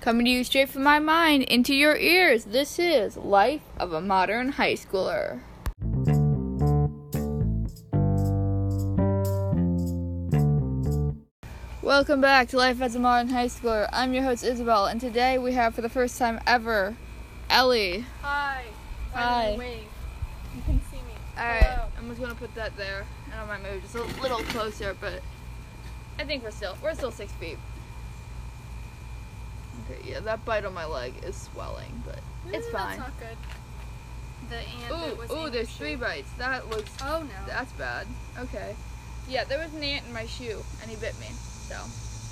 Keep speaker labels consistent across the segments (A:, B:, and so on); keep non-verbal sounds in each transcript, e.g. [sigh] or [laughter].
A: Coming to you straight from my mind into your ears, this is Life of a Modern High Schooler. Welcome back to Life as a Modern High Schooler. I'm your host Isabel, and today we have for the first time ever Ellie.
B: Hi.
A: Hi.
B: Finally Wave. You can see me.
A: Alright,
B: Hello.
A: I'm just gonna put that there, and I might move just a little closer, but I think we're still we're still six feet. Okay, yeah, that bite on my leg is swelling, but it's
B: Mm,
A: fine.
B: That's not good. The ant that was
A: Ooh, ooh,
B: in
A: there's
B: your
A: three
B: shoe.
A: bites. That was
B: Oh no.
A: that's bad. Okay, yeah, there was an ant in my shoe, and he bit me. So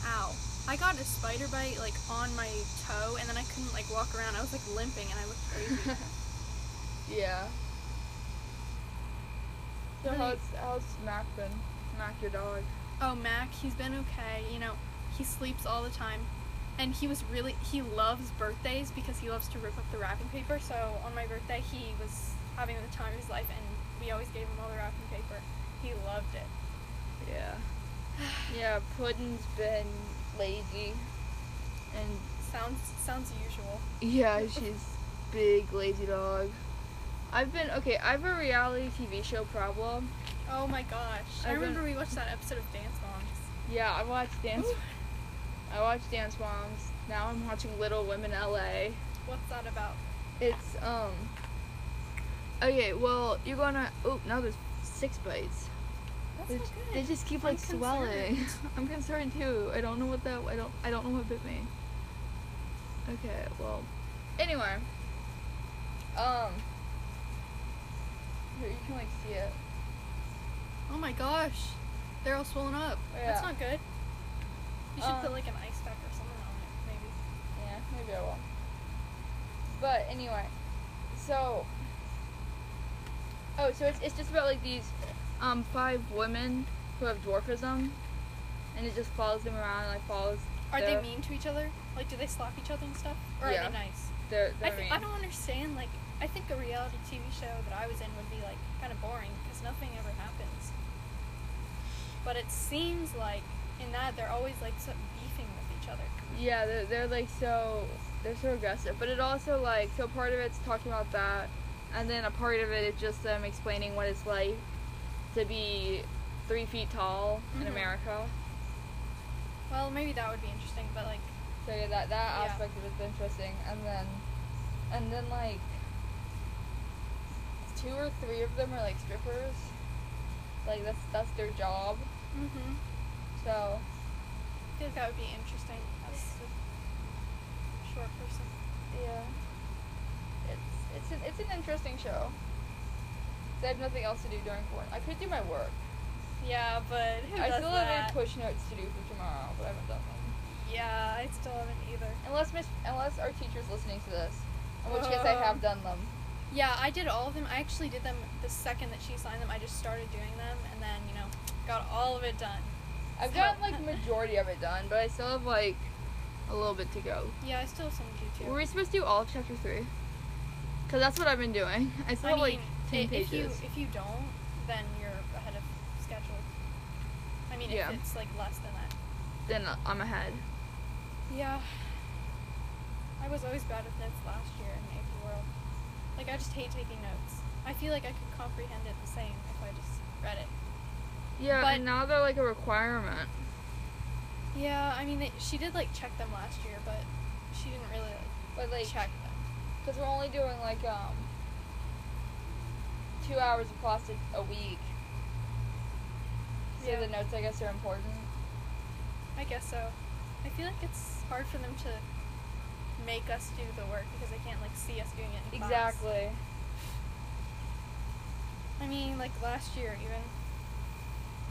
B: Ow. I got a spider bite like on my toe, and then I couldn't like walk around. I was like limping, and I looked crazy.
A: [laughs]
B: [laughs]
A: yeah. So
B: Really?
A: how's how's Mac been? Mac, your dog.
B: oh Mac, he's been okay. You know, he sleeps all the time, and he was really he loves birthdays because he loves to rip up the wrapping paper. So on my birthday, he was having the time of his life, and we always gave him all the wrapping paper. He loved [sighs] it.
A: Yeah. Yeah, Puddin's been lazy. And
B: Sounds sounds usual.
A: yeah, she's big lazy dog. I've been okay, I have a reality TV show problem.
B: Oh my gosh. I,
A: I've been-
B: remember we watched that episode of Dance Moms.
A: Yeah, I watched Dance
B: Ooh.
A: I watched Dance Moms. Now I'm watching Little Women LA.
B: What's that about?
A: It's um Okay, well, you're going to Oh, now there's six bites.
B: That's
A: They,
B: not
A: j-
B: good.
A: they just keep
B: I'm
A: like swelling.
B: concerned.
A: [laughs] I'm concerned too. I don't know what that. I don't. I don't know what bit me. Okay. Well. Anyway. Um. Here you can like see it.
B: oh my gosh. They're all swollen up.
A: Yeah.
B: That's not good. You should
A: Um,
B: put like an ice pack or something on it, maybe.
A: Yeah. Maybe I will. But anyway. So. Oh, so it's it's just about like these, um, five women who have dwarfism, and it just follows them around and like follows.
B: Are
A: their-
B: they mean to each other? Like, do they slap each other and stuff? Or
A: Yeah.
B: are they nice?
A: Their,
B: I,
A: their
B: think,
A: mean.
B: I don't understand. Like, I think a reality TV show that I was in would be like kind of boring because nothing ever happens. But it seems like in that they're always like so beefing with each other.
A: Yeah, they're, they're like so they're so aggressive, but it also like so part of it's talking about that, and then a part of it is just them explaining what it's like to be three feet tall in
B: Mhm.
A: America.
B: Well, maybe that would be interesting, but like,
A: So yeah, that that
B: Yeah.
A: aspect of it's interesting, and then and then like two or three of them are like strippers, like that's that's their job.
B: mm-hmm.
A: So
B: I feel like that would be interesting as a short person.
A: yeah, it's it's an, it's an interesting show. 'Cause I have nothing else to do during quarantine. I could do my work.
B: Yeah, but who
A: I
B: does
A: still
B: that?
A: have any push notes to do for tomorrow, but I haven't done them.
B: yeah, I still haven't either.
A: Unless Miss, unless our teacher's listening to this, in which case I
B: Uh-huh.
A: have done them.
B: Yeah, I did all of them. I actually did them the second that she signed them. I just started doing them, and then you know, got all of it done.
A: I've
B: So-
A: gotten like majority of it done, but I still have like a little bit to go.
B: Yeah, I still have some to do too.
A: Were we supposed to do all of chapter three? Cause that's what I've been doing. I still
B: I
A: have
B: mean,
A: like ten
B: i- if you
A: pages.
B: if you don't, then you're ahead of schedule. I mean,
A: Yeah.
B: if it's like less than that.
A: Then I'm ahead.
B: Yeah. I was always bad with notes last year in AP World. Like, I just hate taking notes. I feel like I could comprehend it the same if I just read it.
A: Yeah,
B: But-
A: and now they're like a requirement.
B: Yeah, I mean, they, she did, like, check them last year, but she didn't really, like,
A: But like,
B: check them.
A: cause we're only doing like um two hours of class a- a week. So
B: Yeah.
A: the notes, I guess, are important.
B: I guess so. I feel like it's hard for them to make us do the work because they can't, like, see us doing it in class.
A: Exactly.
B: I mean, like, last year, even.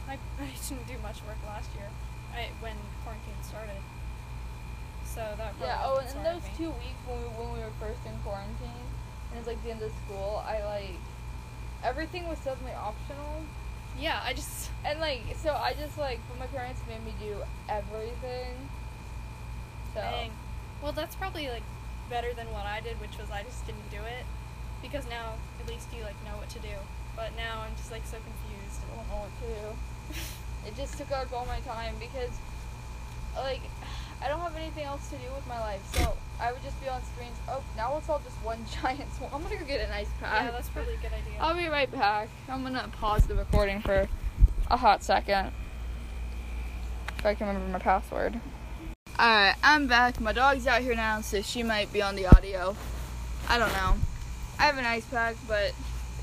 B: I, [laughs] I didn't do much work last year I, when quarantine started. So that probably
A: Yeah. Oh, and in
B: concerned
A: those
B: me.
A: two weeks when we when we were first in quarantine, and it's like the end of school, I like everything was suddenly optional,
B: Yeah, I just
A: and like so I just like but my parents made me do everything. So
B: dang. Well, that's probably like better than what I did, which was I just didn't do it because now at least you like know what to do. But now I'm just like so
A: [laughs]
B: confused.
A: I don't
B: [laughs]
A: know what to do. It just took up all my time because, like, I don't have anything else to do with my life, so I would just be on screens. Oh, now it's all just one [laughs] giant swamp. I'm gonna go get an ice pack.
B: Yeah, that's probably a good idea.
A: I'll be right back. I'm gonna pause the recording for a hot second. If I can remember my password. Alright, I'm back. My dog's out here now, so she might be on the audio. I don't know. I have an ice pack, but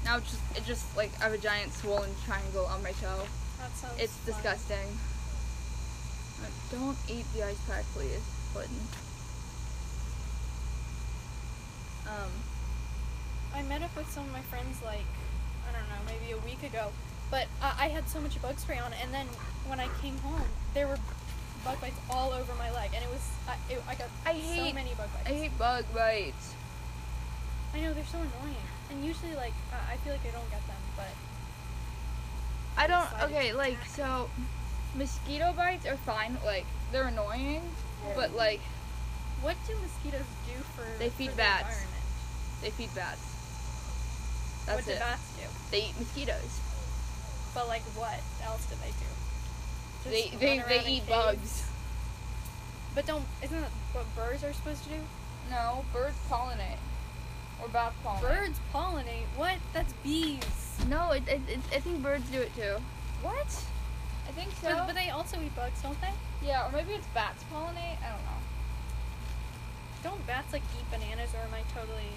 A: now it's just it just like I have a giant swollen triangle on my toe.
B: that sounds
A: It's
B: fun.
A: disgusting. Uh, Don't eat the ice pack, please. Clinton. Um,
B: I met up with some of my friends like I don't know, maybe a week ago, but I, I had so much bug spray on, and then when I came home, there were bug bites all over my leg, and it was I, it, I got
A: I
B: so
A: hate-
B: many bug bites.
A: I hate bug bites.
B: I know they're so annoying, and usually like I, I feel like I don't get them, but
A: I don't.
B: decided
A: Okay,
B: to
A: like
B: pack.
A: so, mosquito bites are fine. Like they're annoying, but like
B: what do mosquitoes do for
A: They
B: for
A: feed
B: the
A: bats.
B: environment?
A: they feed bats. That's
B: what do
A: it.
B: bats do?
A: They eat mosquitoes.
B: But like what else do they do?
A: They
B: Just
A: they
B: run
A: they
B: around in
A: eat
B: caves?
A: bugs.
B: But don't isn't that what birds are supposed to do?
A: No, birds pollinate, or bats pollinate.
B: Birds pollinate. What? That's bees.
A: No, it, it, it, I think birds do it too. What? I think so.
B: But, but they also eat bugs, don't they?
A: yeah, or maybe it's bats pollinate. I don't know.
B: Don't bats like eat bananas, or am I totally?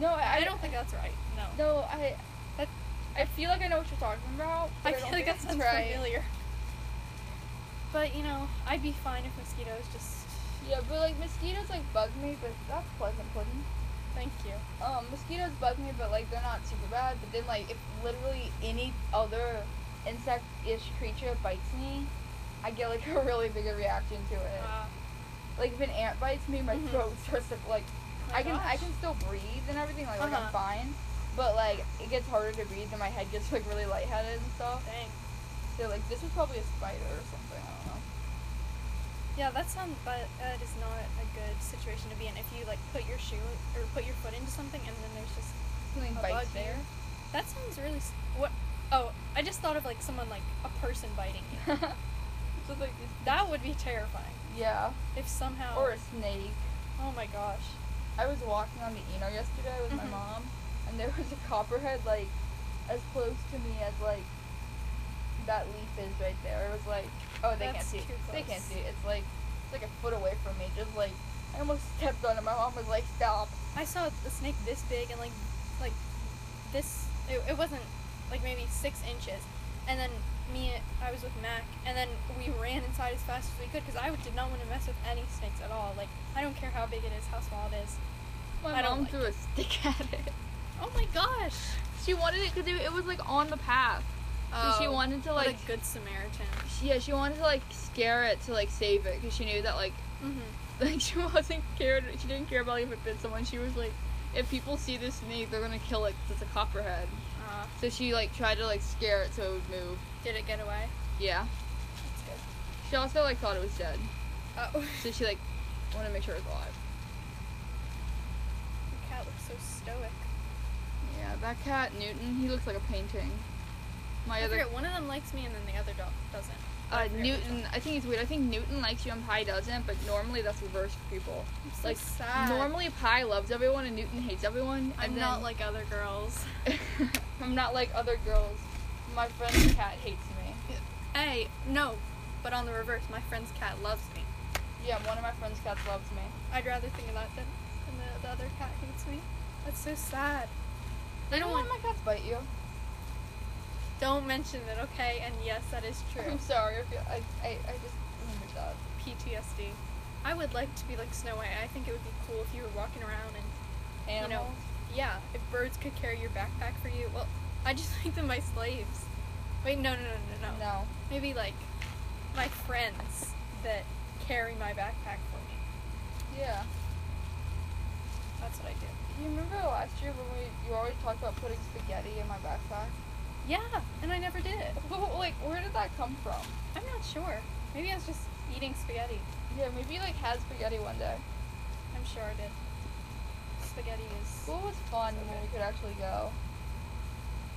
A: No,
B: I,
A: I,
B: don't think that's right. No.
A: No, I.
B: That-
A: I feel like I know what you're talking about. but
B: I
A: don't
B: feel like
A: think
B: that
A: that's
B: sounds familiar. But you know, I'd be fine if mosquitoes just.
A: Yeah, but like mosquitoes like bug me, but that's pleasant pudding.
B: Thank you.
A: Um, mosquitoes bug me, but like they're not super bad. But then like if literally any other insect-ish creature bites me, I get like [laughs] a really big reaction to it.
B: Uh,
A: like if an ant bites me, my
B: Mhm.
A: throat starts to like.
B: my
A: I can I
B: gosh.
A: can still breathe and everything like, like
B: Uh-huh.
A: I'm fine, but like it gets harder to breathe and my head gets like really lightheaded and stuff.
B: Dang.
A: So like this is probably a spider or something. I don't know.
B: Yeah, that sounds. But that is not a good situation to be in. If you like put your shoe or put your foot into something, and then there's just
A: Something
B: a bug
A: bites you.
B: there. That sounds really. s- What? Oh, I just thought of like someone like a person biting you.
A: [laughs] so like it's,
B: [laughs] That would be terrifying.
A: yeah,
B: If somehow.
A: or a snake.
B: oh my gosh.
A: I was walking on the Eno yesterday with my
B: Mhm.
A: mom, and there was a copperhead like as close to me as like that leaf is right there. It was like, oh, they can't
B: That's
A: see.
B: too
A: It. They can't
B: close.
A: see. It. It's like it's like a foot away from me. Just like I almost stepped on it. My mom was like, stop.
B: I saw a snake this big and like like this. It, it wasn't like maybe six inches. And then me, I was with Mac, and then we ran inside as fast as we could because I would- did not want to mess with any snakes at all. Like I don't care how big it is, how small it is.
A: My mom
B: I don't like
A: threw a stick [laughs] at it.
B: Oh my gosh!
A: She wanted it because it, it was like on the path. So she
B: Oh,
A: wanted to
B: what
A: like,
B: a good Samaritan.
A: she- yeah, she wanted to like scare it to like save it because she knew that like
B: hmm
A: like [laughs] she wasn't cared she didn't care about if it bit someone she was like if people see this snake they're gonna kill it 'cause it's a copperhead
B: Uh,
A: so she like tried to like scare it so it would move
B: did it get away?
A: yeah
B: That's good.
A: she also like thought it was dead
B: [laughs] Oh,
A: so she like wanted to make sure it was alive
B: the cat looks so stoic.
A: yeah that cat newton he looks like a painting my
B: I
A: other
B: forget, one of them likes me and then the other dog doesn't. I
A: uh,
B: forget which
A: newton i think it's weird i think newton likes you and pi doesn't but normally that's reverse for people
B: I'm so
A: like
B: sad.
A: normally pi loves everyone and newton hates everyone
B: I'm
A: and
B: not
A: then-
B: like other girls.
A: [laughs] i'm not like other girls my friend's cat hates me
B: Hey, no, but on the reverse, my friend's cat loves me.
A: Yeah, one of my friend's cats loves me.
B: I'd rather think of that than, than the, the other cat hates me. That's so sad. I don't want.
A: my cats bite you.
B: Don't mention it, okay? And yes, that is true.
A: I'm sorry. I, feel, I, I, I just remembered that.
B: PTSD. I would like to be like Snow White. I think it would be cool if you were walking around and
A: Animals.
B: yeah, if birds could carry your backpack for you. Well, I just [laughs] make them my slaves. Wait, no, no, no, no, no.
A: No.
B: Maybe like my friends that carry my backpack for me.
A: Yeah.
B: That's what I do.
A: You remember last year when we you always talked about putting spaghetti in my backpack? [laughs]
B: Yeah, and I never did.
A: like, where did that come from?
B: I'm not sure. Maybe I was just eating spaghetti.
A: Yeah, maybe like had spaghetti one day.
B: I'm sure I did. Spaghetti is.
A: School was fun
B: So
A: when
B: good.
A: we could actually go.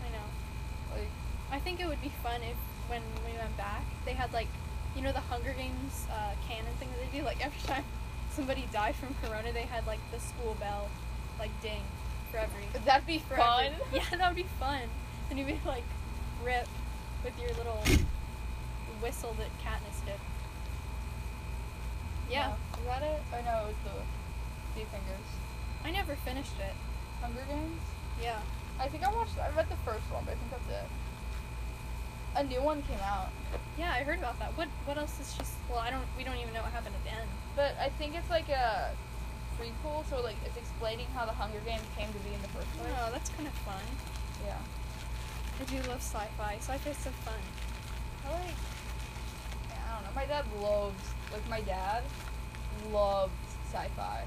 B: I know.
A: Like,
B: I think it would be fun if when we went back, they had like you know the Hunger Games uh, canon thing that they do. Like every time [laughs] somebody died from corona, they had like the school bell, like ding, for every. [laughs]
A: That'd be
B: for
A: fun.
B: every- [laughs]
A: [laughs]
B: yeah, that would be fun. And you'd be like, rip, with your little whistle that Katniss did. Yeah,
A: No. Is that it? Or no, it was the Three Fingers.
B: I never finished it.
A: Hunger Games?
B: Yeah.
A: I think I watched, I read the first one, but I think that's it. A new one came out.
B: Yeah, I heard about that. What what else is just well, I don't we don't even know what happened at the end.
A: But I think it's like a prequel, so like it's explaining how the Hunger Games came to be in the first place.
B: Oh, that's kind of fun.
A: Yeah.
B: I do love sci-fi. Sci-fi's so fun.
A: I like. I don't know. My dad loves like my dad loves sci-fi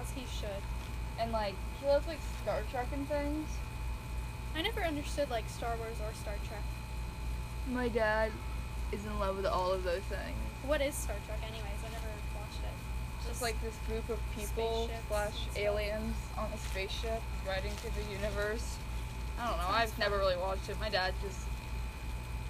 B: As he should.
A: and like he loves like Star Trek and things.
B: I never understood like Star Wars or Star Trek.
A: My dad is in love with all of those things.
B: What is Star Trek anyways? I never watched it.
A: Just, like this group of people
B: Spaceships
A: slash
B: and stuff.
A: aliens on a spaceship riding through the universe. I don't know.
B: Sounds
A: I've
B: fun.
A: never really watched it. My dad just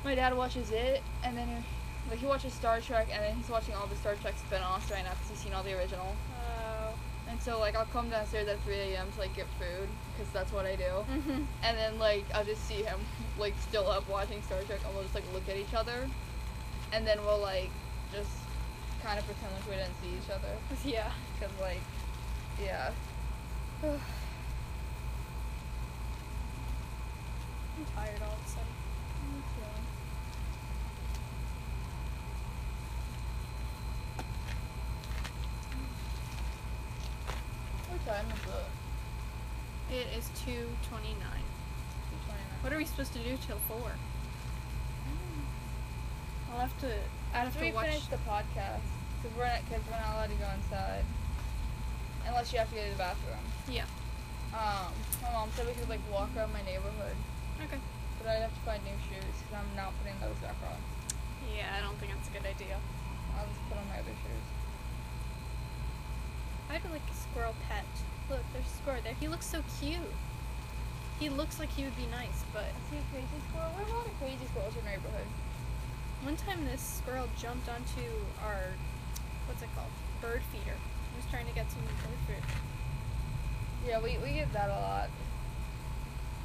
A: my dad watches it and then he, like he watches Star Trek and then he's watching all the Star Trek spin-offs right now because he's seen all the original.
B: [laughs] Oh.
A: And so like I'll come downstairs at 3 a.m. to like get food because that's what I do.
B: hmm
A: And then like I'll just see him [laughs] like still up watching Star Trek and we'll just like look at each other, and then we'll like just kind of pretend like we didn't see each other
B: [laughs] Yeah.
A: because like yeah.
B: I'm tired all of a sudden.
A: What time is it?
B: It is 2:29.
A: 2:29.
B: What are we supposed to do till 4? I'll have to
A: Mm.
B: I have
A: After
B: to
A: we
B: watch
A: finish the podcast, because we're not, cause we're not allowed to go inside, unless you have to go to the bathroom.
B: Yeah.
A: Um, my mom said we could like walk around my neighborhood,
B: Okay.
A: but I'd have to find new shoes because I'm not putting those back on.
B: Yeah, I don't think that's a good idea.
A: I'll just put on my other shoes.
B: I'd like a squirrel pet. Look, there's a squirrel there. He looks so cute. He looks like he would be nice, but
A: I see a crazy squirrel. We have a lot of crazy squirrels in our neighborhood.
B: one time this squirrel jumped onto our what's it called? Bird feeder. He was trying to get some bird food.
A: Yeah, we we get that a lot.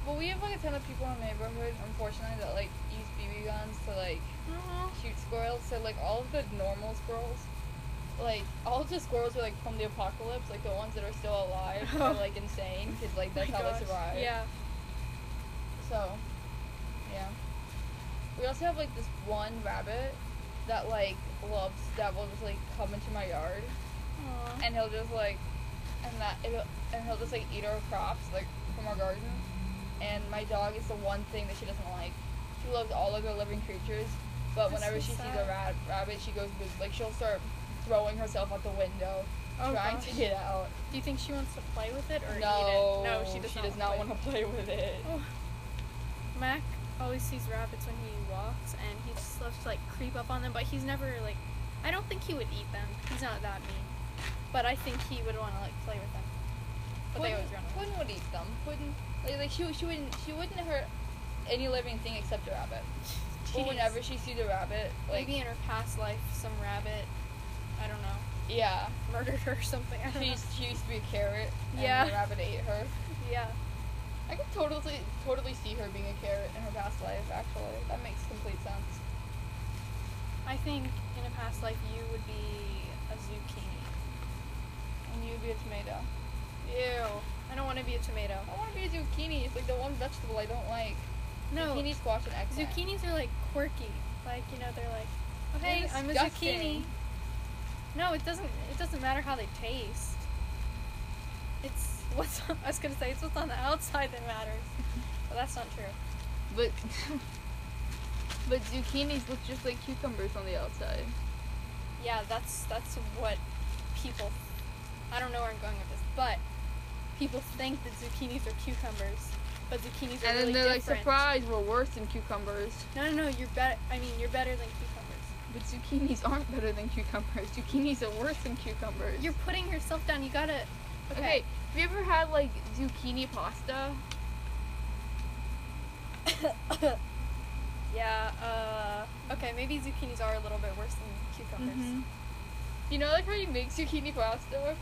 A: But we have like a ton of people in our neighborhood, unfortunately, that like use BB guns to like
B: Aw.
A: shoot squirrels. So like all of the normal squirrels, like all of the squirrels are like from the apocalypse. Like the ones that are still
B: [laughs]
A: alive are like insane because like that's
B: Oh My
A: how
B: gosh.
A: they survive.
B: Yeah.
A: So, yeah. We also have like this one rabbit that like loves that will just like come into my yard
B: Aw.
A: and he'll just like and that it'll, and he'll just like eat our crops like from our garden. And my dog is the one thing that she doesn't like. She loves all other living creatures, but
B: That's
A: whenever
B: so
A: she sees
B: sad.
A: a rab- rabbit, she goes boo- like she'll start throwing herself out the window,
B: Oh,
A: trying
B: gosh.
A: to get out.
B: Do you think she wants to play with it
A: no,
B: or eat it? No, she does not.
A: want to play with it.
B: Oh. Mac always sees rabbits when he walks, and he just loves to like creep up on them. But he's never like, I don't think he would eat them. He's not that mean. But I think he would want to like play with them. But they
A: Puddin,
B: always run away.
A: Puddin would eat them. Puddin, like, like she, she wouldn't she wouldn't hurt any living thing except a
B: [laughs]
A: rabbit. But
B: Jeez.
A: whenever she sees a rabbit, like
B: maybe in her past life, some rabbit, I don't know,
A: yeah,
B: murdered her or something. I don't
A: she
B: know.
A: used, she used to be a carrot. And
B: Yeah.
A: The rabbit ate her.
B: Yeah.
A: I could totally totally see her being a carrot in her past life. Actually, that makes complete sense.
B: I think in a past life you would be a zucchini.
A: And you'd be a tomato.
B: Ew. I don't want to be a tomato.
A: I want to be a zucchini. It's like the one vegetable I don't like.
B: No.
A: Zucchini, squash, and eggplant.
B: Zucchinis are like quirky. Like you know, they're like, oh,
A: They're
B: hey, I'm a zucchini.
A: disgusting.
B: No, it doesn't. It doesn't matter how they taste. It's [laughs] what's. On, I was gonna say it's what's on the outside that matters, but that's not true.
A: But [laughs] but zucchinis look just like cucumbers on the outside.
B: Yeah, that's that's what people. I don't know where I'm going with this, but people think that zucchinis are cucumbers, but zucchinis are
A: And then
B: really
A: they're like,
B: different.
A: surprise, we're worse than cucumbers.
B: No, no, no. You're better. I mean, you're better than cucumbers.
A: But zucchinis aren't better than cucumbers. Zucchinis are worse than cucumbers.
B: You're putting yourself down. You gotta.
A: okay. Have you ever had like zucchini pasta?
B: [coughs] Yeah. Uh, okay, maybe zucchinis are a little bit worse than cucumbers.
A: Mhm. You know like how you make zucchini pasta?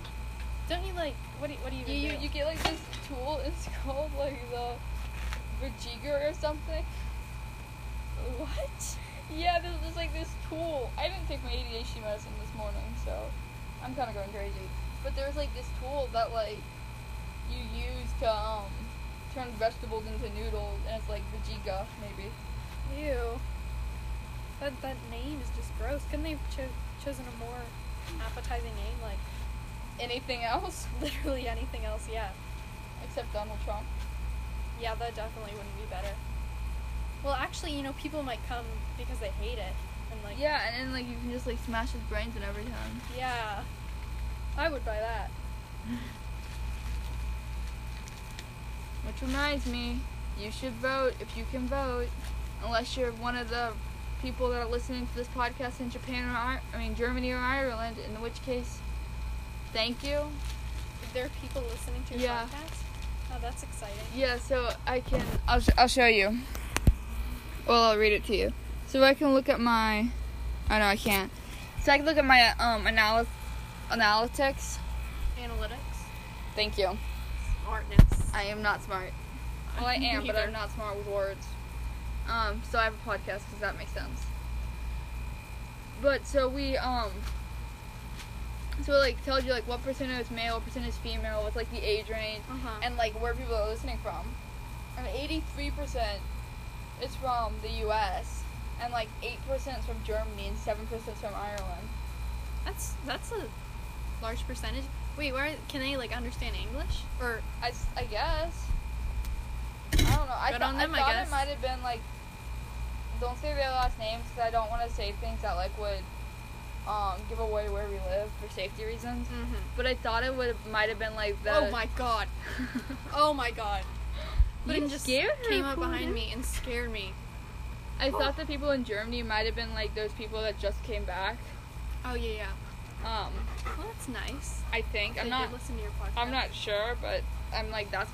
B: Don't you like what do you, what do you,
A: You,
B: even
A: you
B: do?
A: you get like this tool. [laughs] It's called like the vajiga or something.
B: what?
A: Yeah, there's just like this tool. I didn't take my ADHD medicine this morning, so I'm kind of going crazy. But there's like this tool that like you use to um turn vegetables into noodles, and it's like vajiga maybe.
B: Ew. That that name is just gross. Couldn't they have cho- chosen a more appetizing name, like
A: Anything else
B: [laughs] literally anything else? Yeah.
A: except Donald Trump?
B: Yeah, that definitely wouldn't be better. Well, actually, you know, people might come because they hate it and like
A: yeah, and then like you can just like smash his brains and everything.
B: Yeah. I would buy that.
A: Which reminds me, you should vote if you can vote. Unless you're one of the people that are listening to this podcast in Japan or I, I mean Germany or Ireland, in which case, thank you.
B: If there are people listening to your
A: Yeah.
B: podcast. Oh, that's exciting.
A: Yeah, so I can I'll sh- I'll show you. Well, I'll read it to you. So I can look at my Oh no, I can't. So I can look at my um analy- analytics.
B: Analytics,
A: Thank you.
B: smartness.
A: I am not smart. Well, I am, but I'm not smart with words. Um, so I have a podcast because that makes sense. But so we um, so it, like tells you like what percent is male, what percent is female, what's like the age range,
B: Uh huh.
A: and like where people are listening from. And 83 percent is from the U.S. and like eight percent is from Germany and seven percent is from Ireland.
B: That's that's a large percentage. Wait, where can they like understand English? Or
A: I, s- I guess. I don't know. I,
B: Good
A: thought-
B: on them,
A: I
B: I
A: thought it
B: guess.
A: might have been like. Don't say their last names because I don't want to say things that like would um, give away where we live for safety reasons. Mm. But I thought it would might have been like the. [laughs]
B: oh my god! Oh my god!
A: You
B: it just
A: scared her,
B: came up behind
A: Porter.
B: me and scared me.
A: I thought the people in Germany might have been like those people that just came back.
B: Oh yeah, yeah.
A: Um,
B: Well, that's nice.
A: I think I'm
B: They
A: not.
B: did listen to your podcast.
A: I'm not sure, but I'm like that's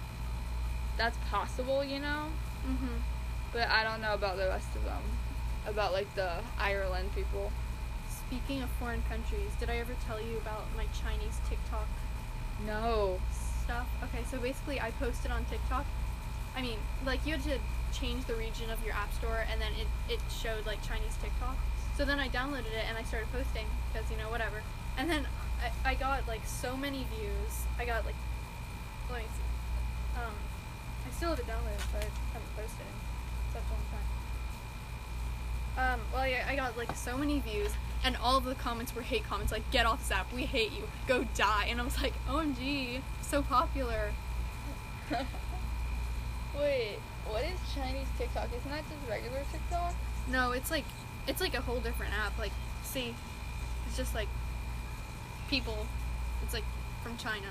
A: that's possible, you know.
B: Mm-hmm.
A: But I don't know about the rest of them. About like the Ireland people.
B: Speaking of foreign countries, did I ever tell you about my Chinese TikTok
A: No. [laughs]
B: stuff? Okay, so basically, I posted on TikTok. I mean, like you had to change the region of your app store, and then it it showed like Chinese TikTok. So then I downloaded it and I started posting because you know whatever. And then I, I got like so many views. I got like let me see. Um, I still have it downloaded, but I haven't posted in such a long time. Um, well, yeah, I got like so many views, and all of the comments were hate comments, like "Get off this app, we hate you, go die." And I was like, "OMG, so popular."
A: Wait, what is Chinese TikTok? Isn't that just regular TikTok?
B: No, it's like it's like a whole different app. Like, see, it's just like people. It's like from China.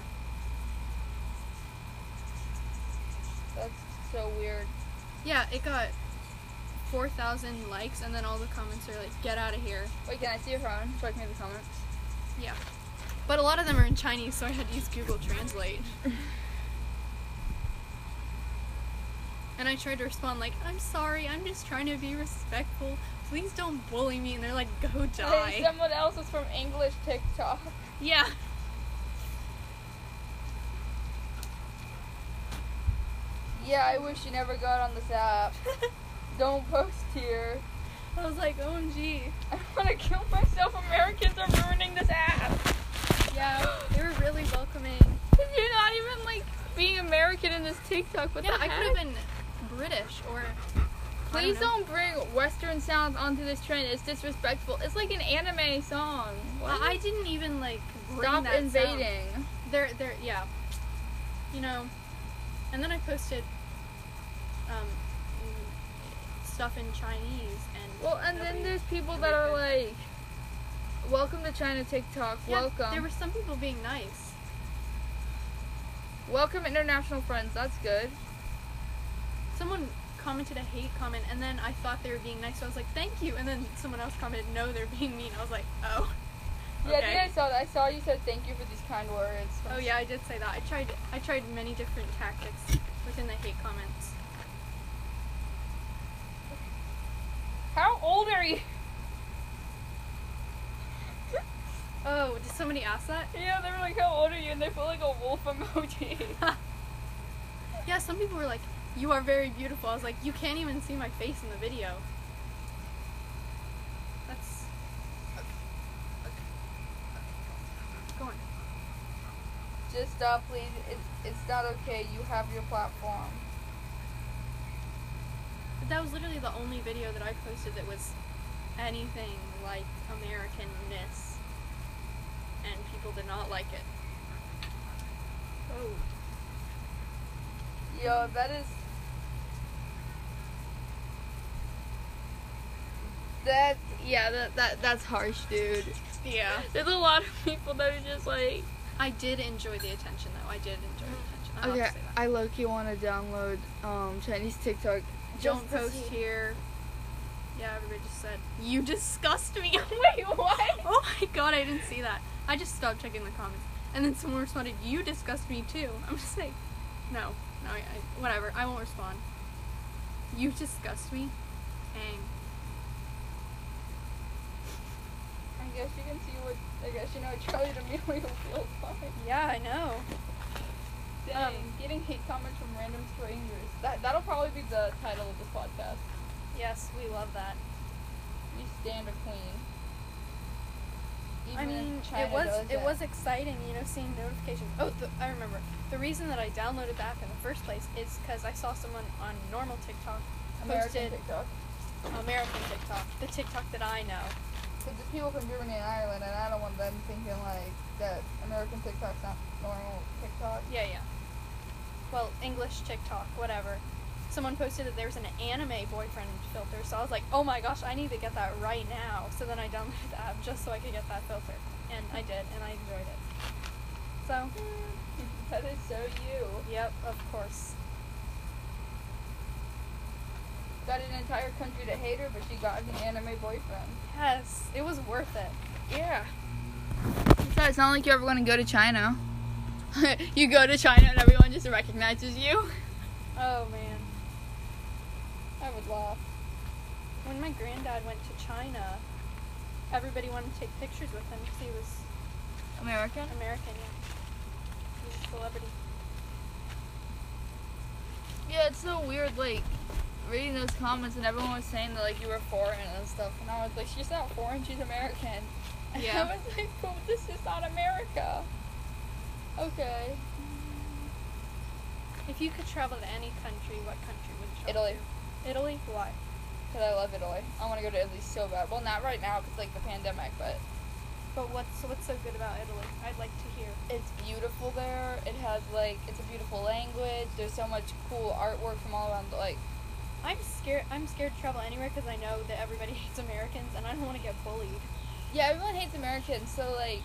A: That's so weird.
B: Yeah, it got four thousand likes, and then all the comments are like, "Get out of here."
A: Wait, can I see your phone so I can make the comments?
B: Yeah, but a lot of them are in Chinese, so I had to use Google Translate. And I tried to respond like, "I'm sorry, I'm just trying to be respectful. Please don't bully me." And they're like, "Go die."
A: Hey, someone else is from English TikTok.
B: Yeah.
A: Yeah, I wish you never got on this [laughs] app. Don't post here.
B: I was like, "Oh, "OMG."
A: [laughs] I want to kill myself. Americans are ruining this app.
B: Yeah, they were really welcoming.
A: You're not even like being American in this TikTok. What
B: yeah,
A: the
B: I
A: heck?
B: could have been British or.
A: Please
B: I don't know.
A: don't, bring Western sounds onto this trend. It's disrespectful. It's like an anime song. What?
B: I, I didn't even like bring
A: Stop
B: that Sound.
A: invading.
B: They're they're yeah. You know, and then I posted um stuff in Chinese and.
A: Well, and
B: nobody-
A: then there's people that are like, "Welcome to China TikTok.
B: Yeah,
A: welcome,
B: There were some people being nice.
A: welcome international friends. That's good."
B: someone commented a hate comment and then I thought they were being nice, so I was like, thank you. And then someone else commented, no, they're being mean. I was like, oh.
A: Yeah, I
B: Okay.
A: think I saw that. I saw you said thank you for these kind words.
B: Oh yeah, I did say that. I tried I tried many different tactics within the hate comments.
A: How old are you? [laughs]
B: Oh, did somebody ask that?
A: yeah, they were like, how old are you? And they put like a wolf [laughs] emoji.
B: [laughs] Yeah, some people were like, "You are very beautiful." I was like, "You can't even see my face in the video." That's okay. Okay. Okay. Go on.
A: Just stop, please. It's it's not okay. You have your platform.
B: But that was literally the only video that I posted that was anything like Americanness, and people did not like it. Oh.
A: Yo, that is. That yeah, that, that that's harsh, dude.
B: Yeah. [laughs]
A: There's a lot of people that are just like.
B: I did enjoy the attention, though. I did enjoy the attention. I
A: Okay,
B: have to say that.
A: I low key want to download um Chinese TikTok.
B: Don't
A: just to
B: post
A: see-
B: here. Yeah, everybody just said you disgust me. [laughs]
A: Wait, what?
B: oh my god, I didn't see that. I just stopped checking the comments, and then someone responded, "You disgust me too." I'm just like, no, no, I, I- whatever. I won't respond. You disgust me. Dang.
A: I guess you can see what. I guess you know [laughs] what Charlie D'Amelio feels like.
B: Yeah, I know.
A: Dang, getting hate comments from random strangers. That that'll probably be the title of this podcast.
B: Yes, we love that.
A: We stand a queen.
B: I
A: Even if
B: mean,
A: China
B: it was
A: does
B: it was exciting, you know, seeing notifications. Oh, the, I remember. The reason that I downloaded the app in the first place is because I saw someone on normal TikTok,
A: American
B: posted-
A: TikTok.
B: American TikTok, the TikTok that I know.
A: Because there's people from Germany and Ireland, and I don't want them thinking like that American TikTok's not normal TikTok.
B: Yeah, yeah. Well, English TikTok, whatever. Someone posted that there was an anime boyfriend filter, so I was like, oh my gosh, I need to get that right now. So then I downloaded the app just so I could get that filter, and I did, and I enjoyed it. So,
A: [laughs] that is so you.
B: yep, of course.
A: Got an entire country to hate her, but she got an anime boyfriend.
B: Yes, it was worth it.
A: Yeah. It's not like you're ever gonna go to China. [laughs] you go to China and everyone just recognizes you.
B: Oh man. I would laugh. When my granddad went to China, everybody wanted to take pictures with him because he was
A: American.
B: American. Yeah. He was a celebrity.
A: Yeah, it's so weird, like, reading those comments and everyone was saying that, like, you were foreign and stuff. And I was like, she's not foreign, she's American. [laughs] And
B: Yeah.
A: I was like, but this is not America. Okay.
B: If you could travel to any country, what country would you travel
A: Italy.
B: to? Italy? Why?
A: Because I love Italy. I want to go to Italy so bad. Well, not right now because, like, the pandemic, but
B: But what's what's so good about Italy? I'd like to hear.
A: it's beautiful there. It has, like, it's a beautiful language. There's so much cool artwork from all around, the, like,
B: I'm scared. I'm scared to travel anywhere because I know that everybody [laughs] hates Americans, and I don't want to get bullied.
A: yeah, everyone hates Americans, so, like,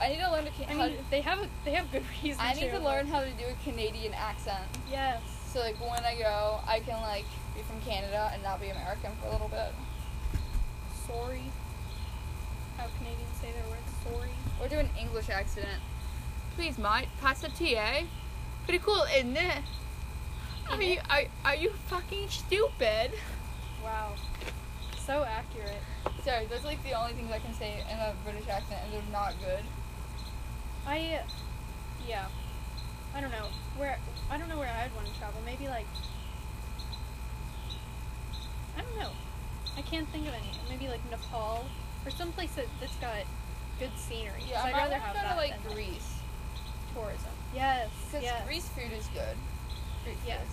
A: I need to learn to, ca-
B: I
A: how
B: mean,
A: to-
B: they have a, they have good [laughs] reasons.
A: I need to learn how to do a Canadian accent.
B: Yes.
A: So like when I go, I can like be from Canada and not be American for a little bit,
B: Sorry. How Canadians say their word. Sorry.
A: or do an English accent. Please, mate, pass the TA. Pretty cool, isn't it? Are
B: Isn't
A: you are, are you fucking stupid?
B: Wow. So accurate.
A: Sorry, those are like the only things I can say in a British accent, and they're not good.
B: I, yeah, I don't know where. I don't know where I'd want to travel. Maybe like, I don't know. I can't think of any. Maybe like Nepal or someplace that that's got good scenery. 'cause
A: Yeah,
B: I'd
A: I
B: rather
A: wanna
B: have
A: go
B: that
A: to like
B: than
A: Greece
B: tourism. Yes,
A: because
B: yes.
A: Greece food is good. Greek food.
B: Yes.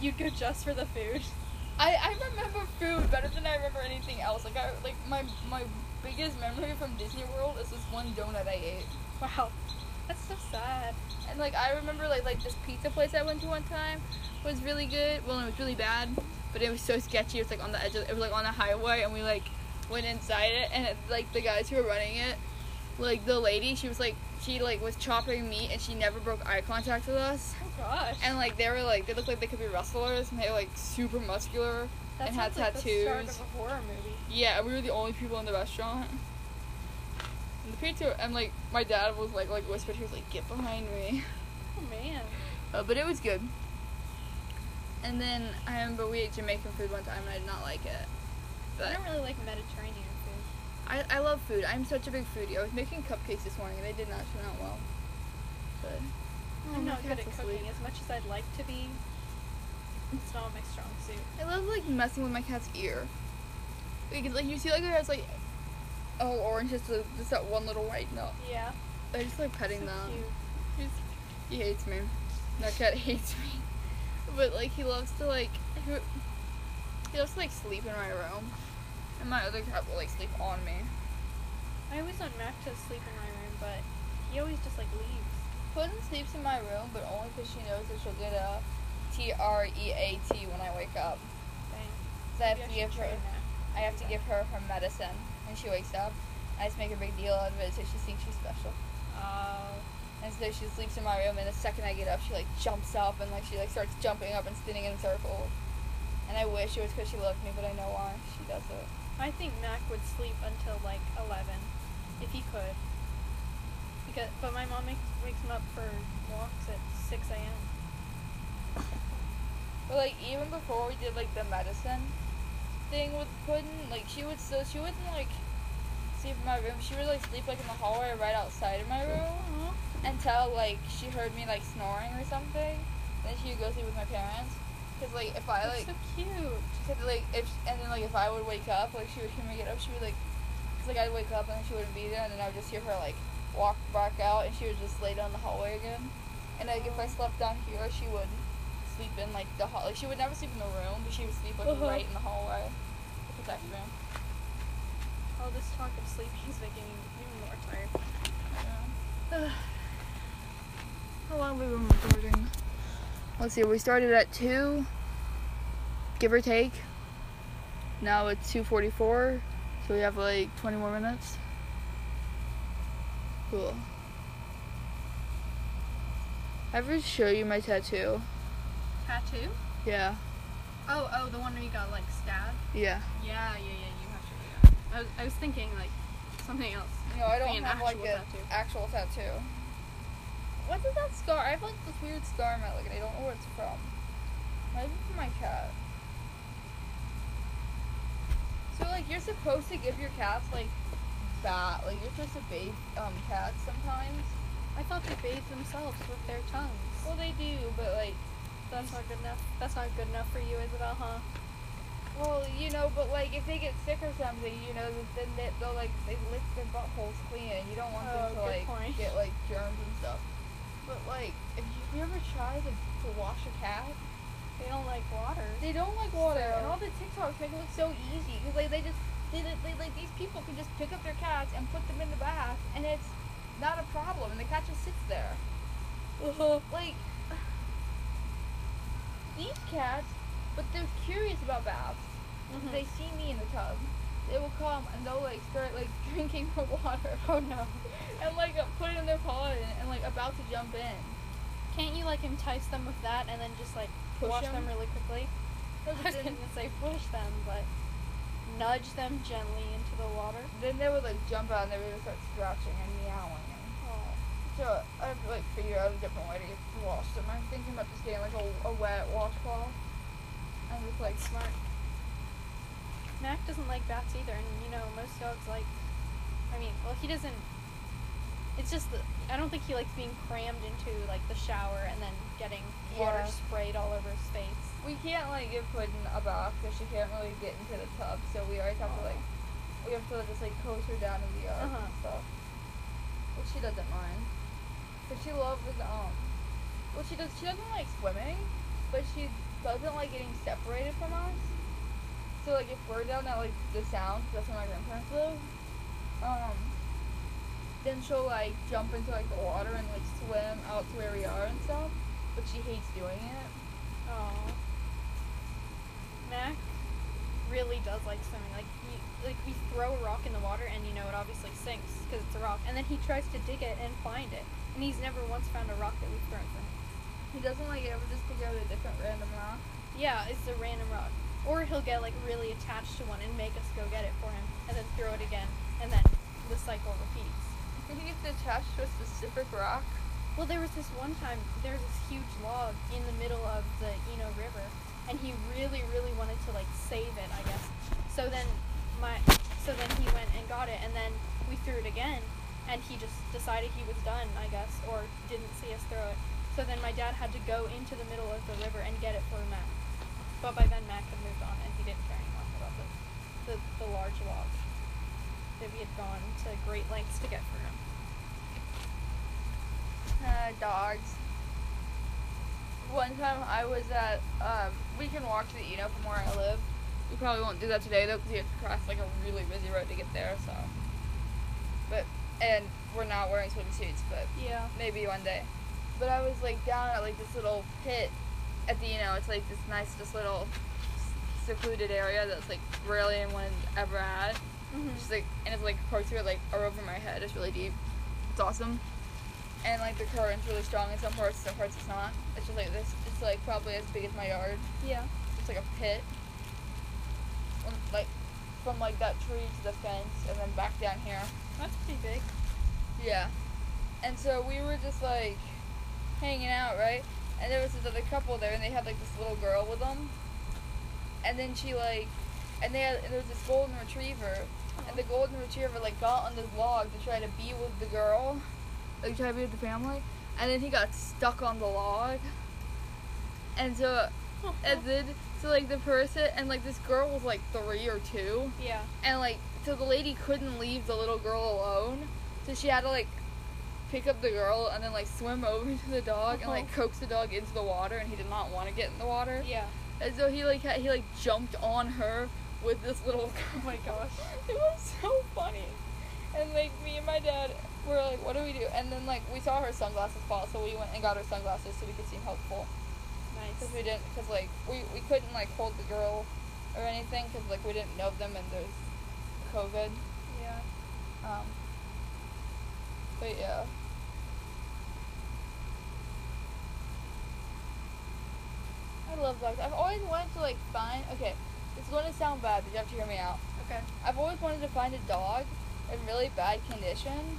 B: You'd go just for the food.
A: I, I remember food better than I remember anything else. Like I like my my biggest memory from Disney World is this one donut I ate.
B: [laughs] Wow, that's so sad.
A: And like I remember like like this pizza place I went to one time was really good. Well, it was really bad, but it was so sketchy. It was like on the edge of it was like on a highway, and we like went inside it, and it, like the guys who were running it, like the lady, she was like she like was chopping meat, and she never broke eye contact with us.
B: Oh gosh.
A: And like they were like they looked like they could be wrestlers, and they were like super muscular.
B: that
A: and had
B: sounds like The start
A: tattoos.
B: of a horror movie.
A: Yeah, and we were the only people in the restaurant. And the pizza, and like my dad was like like whispered, he was like, "Get behind me."
B: Oh man.
A: Uh, but it was good. And then I remember we ate Jamaican food one time and I did not like it.
B: I
A: But
B: don't really like Mediterranean food.
A: I, I love food. I'm such a big foodie. I was making cupcakes this morning and they did not turn out well. But
B: I'm
A: my
B: not good
A: cat's
B: at
A: asleep.
B: cooking as much as I'd like to be. It's not my strong suit.
A: I love like messing with my cat's ear. Like, like you see like it has like a whole orange just, the- just that one little white nut.
B: Yeah.
A: I just like petting
B: so
A: that.
B: Cute. He's-
A: He hates me. That cat [laughs] hates me. But like he loves to like he, he loves to like sleep in my room. And my other cat will like sleep on me.
B: I always want Mac to sleep in my room, but he always just like leaves.
A: Puddin sleeps in my room, but only because she knows that she'll get a T R E A T when I wake up.
B: Dang.
A: So I have
B: Maybe
A: to
B: should
A: give her.
B: train that.
A: I have to give her her medicine when she wakes up. I just make a big deal out of it so she thinks she's special.
B: Oh.
A: And so she sleeps in my room, and the second I get up, she like jumps up and like she like starts jumping up and spinning in circles. And I wish it was because she loved me, but I know why she does it.
B: I think Mac would sleep until like eleven, if he could. Because but my mom makes, wakes him up for walks at six a.m.
A: But like even before we did like the medicine thing with Puddin, like she would still she wouldn't like sleep in my room. She would like sleep like in the hallway right outside of my room until like she heard me like snoring or something. Then she would go sleep with my parents. Cause like if I
B: That's
A: like
B: so cute.
A: Cause like if and then like if I would wake up, like she would hear me get up, she would like, cause like I'd wake up and then she wouldn't be there, and then I would just hear her like walk back out, and she would just lay down the hallway again. And like if I slept down here, she would sleep in like the hall. Like she would never sleep in the room, but she would sleep like
B: Uh-huh.
A: right in the hallway, the protect room.
B: All this talk of sleep is making me even more tired. [sighs]
A: How long have we been recording? Let's see. We started at two, give or take. Now it's two forty-four, so we have like twenty more minutes. Cool. I ever show you my tattoo?
B: Tattoo?
A: Yeah,
B: Oh, oh, the one where you got like stabbed.
A: yeah.
B: Yeah, yeah, yeah. You have to do that. I was, I was thinking like something else.
A: No, I don't
B: Be an
A: have like
B: actual
A: an
B: tattoo.
A: actual tattoo. What is that scar? I have like this weird scar on my leg, and I don't know where it's from. Might be from my cat. So like you're supposed to give your cats like that. Like you're supposed to bathe um cats sometimes.
B: I thought they bathe themselves with their tongues.
A: Well, they do, but like,
B: That's not good enough. That's not good enough for you, Isabel, huh?
A: well, you know, but like if they get sick or something, you know, th- then they, they'll like they lick their buttholes clean, and you don't want
B: Oh,
A: them to
B: good
A: like
B: point.
A: get like germs and stuff. But like, if you, if you ever try to, to wash a cat,
B: They don't like water.
A: They don't like water, and
B: So-
A: all the TikToks make it look so easy because like they just they, they, they- like these people can just pick up their cats and put them in the bath, and it's not a problem, and the cat just sits there. Like these cats, but they're curious about baths. If They
B: They,
A: see me in the tub, they will come and they'll like start like [laughs] drinking the water. [laughs] Oh no! And like put it in their paw and, and like about to jump in.
B: can't you like entice them with that and then just like
A: Push
B: wash
A: them?
B: them really quickly?
A: No,
B: [laughs] I
A: but
B: was
A: then-
B: gonna say push them, but nudge them gently into the water.
A: Then they would like jump out and they would just start scratching and meowing. And so I have to like figure out a different way to get to wash them. I'm thinking about just getting like a, a wet washcloth and just like smart.
B: Mac doesn't like bats either, and you know most dogs like. I mean, well, he doesn't. It's just that I don't think he likes being crammed into like the shower and then getting water
A: Yeah.
B: sprayed all over his face.
A: We can't like give Puddin a bath because she can't really get into the tub, so we always have to like we have to just like coach her down in the yard and
B: Uh-huh.
A: stuff. But she doesn't mind. Cause she loves um. Well, she does. She doesn't like swimming, but she doesn't like getting separated from us. So like if we're down at like the sound, 'cause that's where my grandparents live. Um. Then she'll like jump into like the water and like swim out to where we are and stuff. But she hates doing it.
B: Oh. Mac really does like swimming. Like you, like we throw a rock in the water and you know it obviously sinks because it's a rock. And then he tries to dig it and find it. And he's never once found a rock that we've thrown for him.
A: He doesn't like ever just pick out a different random rock.
B: Yeah, it's a random rock. Or he'll get like really attached to one and make us go get it for him and then throw it again and then the cycle repeats.
A: I think it's attached to a specific rock.
B: Well, there was this one time, there was this huge log in the middle of the Eno River, and he really, really wanted to, like, save it, I guess. So then my so then he went and got it and then we threw it again and he just decided he was done i guess or didn't see us throw it so then my dad had to go into the middle of the river and get it for mac but by then mac had moved on and he didn't care anymore about the, the, the large log that we had gone to great lengths to get for him
A: Uh, dogs. One time I was at, um, we can walk to the Eno from where I live. We probably won't do that today though, 'cause you have to cross like a really busy road to get there, so. But, and we're not wearing swimsuits, but
B: yeah
A: maybe one day. But I was like down at like this little pit at the Eno. It's like this nice, just little secluded area that's like rarely anyone's ever at.
B: mm-hmm.
A: Just like and it's like parts of it like are over my head. It's really deep. It's awesome. And like the current's really strong in some parts, some parts it's not. It's just like this. It's like probably as big as my yard.
B: yeah
A: It's like a pit. Um, Like from like that tree to the fence, and then back down here.
B: that's pretty big
A: Yeah. And so we were just like hanging out, right? And there was this other couple there, and they had like this little girl with them. And then she like, and they had and there was this golden retriever, and the golden retriever like got on this log to try to be with the girl, like try to be with the family, and then he got stuck on the log. And so, and then so like the person and like this girl was like three or two
B: yeah
A: and like so the lady couldn't leave the little girl alone so she had to like pick up the girl and then like swim over [laughs] to the dog and like coax the dog into the water and he did not want to get in the water
B: Uh-huh. yeah
A: and so he like had, he like jumped on her with this little [laughs]
B: oh my gosh
A: it was so funny and like me and my dad were like what do we do and then like we saw her sunglasses fall so we went and got her sunglasses so we could seem helpful
B: nice
A: because we didn't, because like we, we couldn't like hold the girl or anything because like we didn't know them and there's COVID.
B: yeah
A: Um, but yeah. I love dogs. I've always wanted to like find. Okay, it's going to sound bad, but you have to hear me out.
B: okay
A: I've always wanted to find a dog in really bad condition.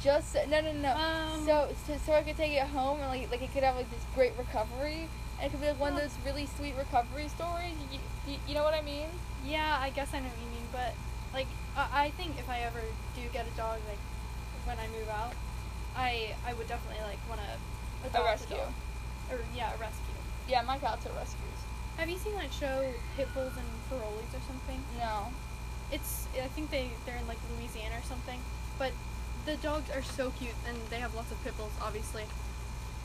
A: Just so, no, no, no.
B: Um.
A: so, so so I could take it home and like like it could have like this great recovery, and it could be like one of those really sweet recovery stories. You, you, you know what I mean?
B: Yeah, I guess I know what you mean, but like I, I think if I ever do get a dog, like when I move out, I I would definitely like want to adopt
A: rescue.
B: a dog. Or yeah, a rescue.
A: Yeah, my cats are rescues.
B: Have you seen that show Pitbulls and Ferrolis or something?
A: No.
B: It's I think they they're in like Louisiana or something, but the dogs are so cute and they have lots of pitbulls obviously,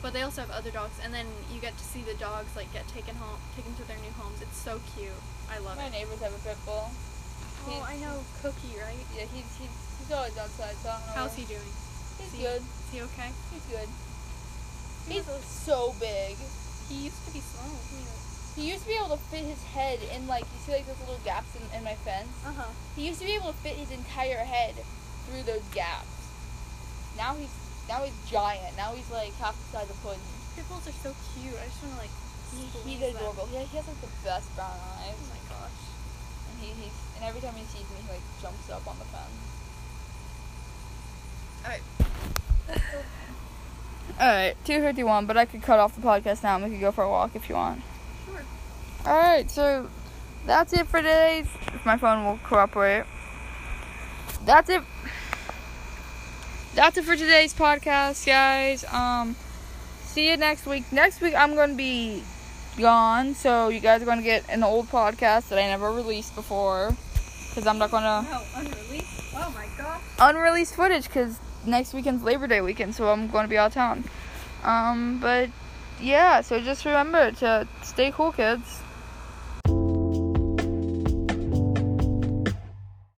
B: but they also have other dogs and then you get to see the dogs like get taken home taken to their new homes. It's so cute. I love
A: My
B: it.
A: neighbors have a pit bull.
B: Oh, I know Cookie, right?
A: Yeah, he's he's, he's always outside. So I don't know.
B: How's
A: where-
B: he doing?
A: He's
B: Is he-
A: good.
B: Is he okay?
A: He's good.
B: He
A: He's
B: was a-
A: so big.
B: He used to be slow.
A: He used to be able to fit his head in like you see like those little gaps in, in my fence.
B: Uh huh.
A: He used to be able to fit his entire head through those gaps. Now he's now he's giant. Now he's like half the size of Puddin.
B: Pitbulls are so cute. I just want to like.
A: He,
B: squeeze
A: he's
B: them.
A: adorable. He, he has like the best brown eyes,
B: Oh my gosh.
A: and he, he's and every time he sees me, he like jumps up on the fence. All right. All right, two fifty one. But I could cut off the podcast now, and we could go for a walk if you want.
B: Sure.
A: All right, so that's it for today. If my phone will cooperate. That's it. That's it for today's podcast, guys. Um, see you next week. Next week I'm gonna be gone, so you guys are gonna get an old podcast that I never released before, because I'm not gonna
B: No, unreleased. Oh my gosh.
A: unreleased footage, because next weekend's Labor Day weekend, so I'm gonna be out of town. Um, but yeah, so just remember to stay cool, kids.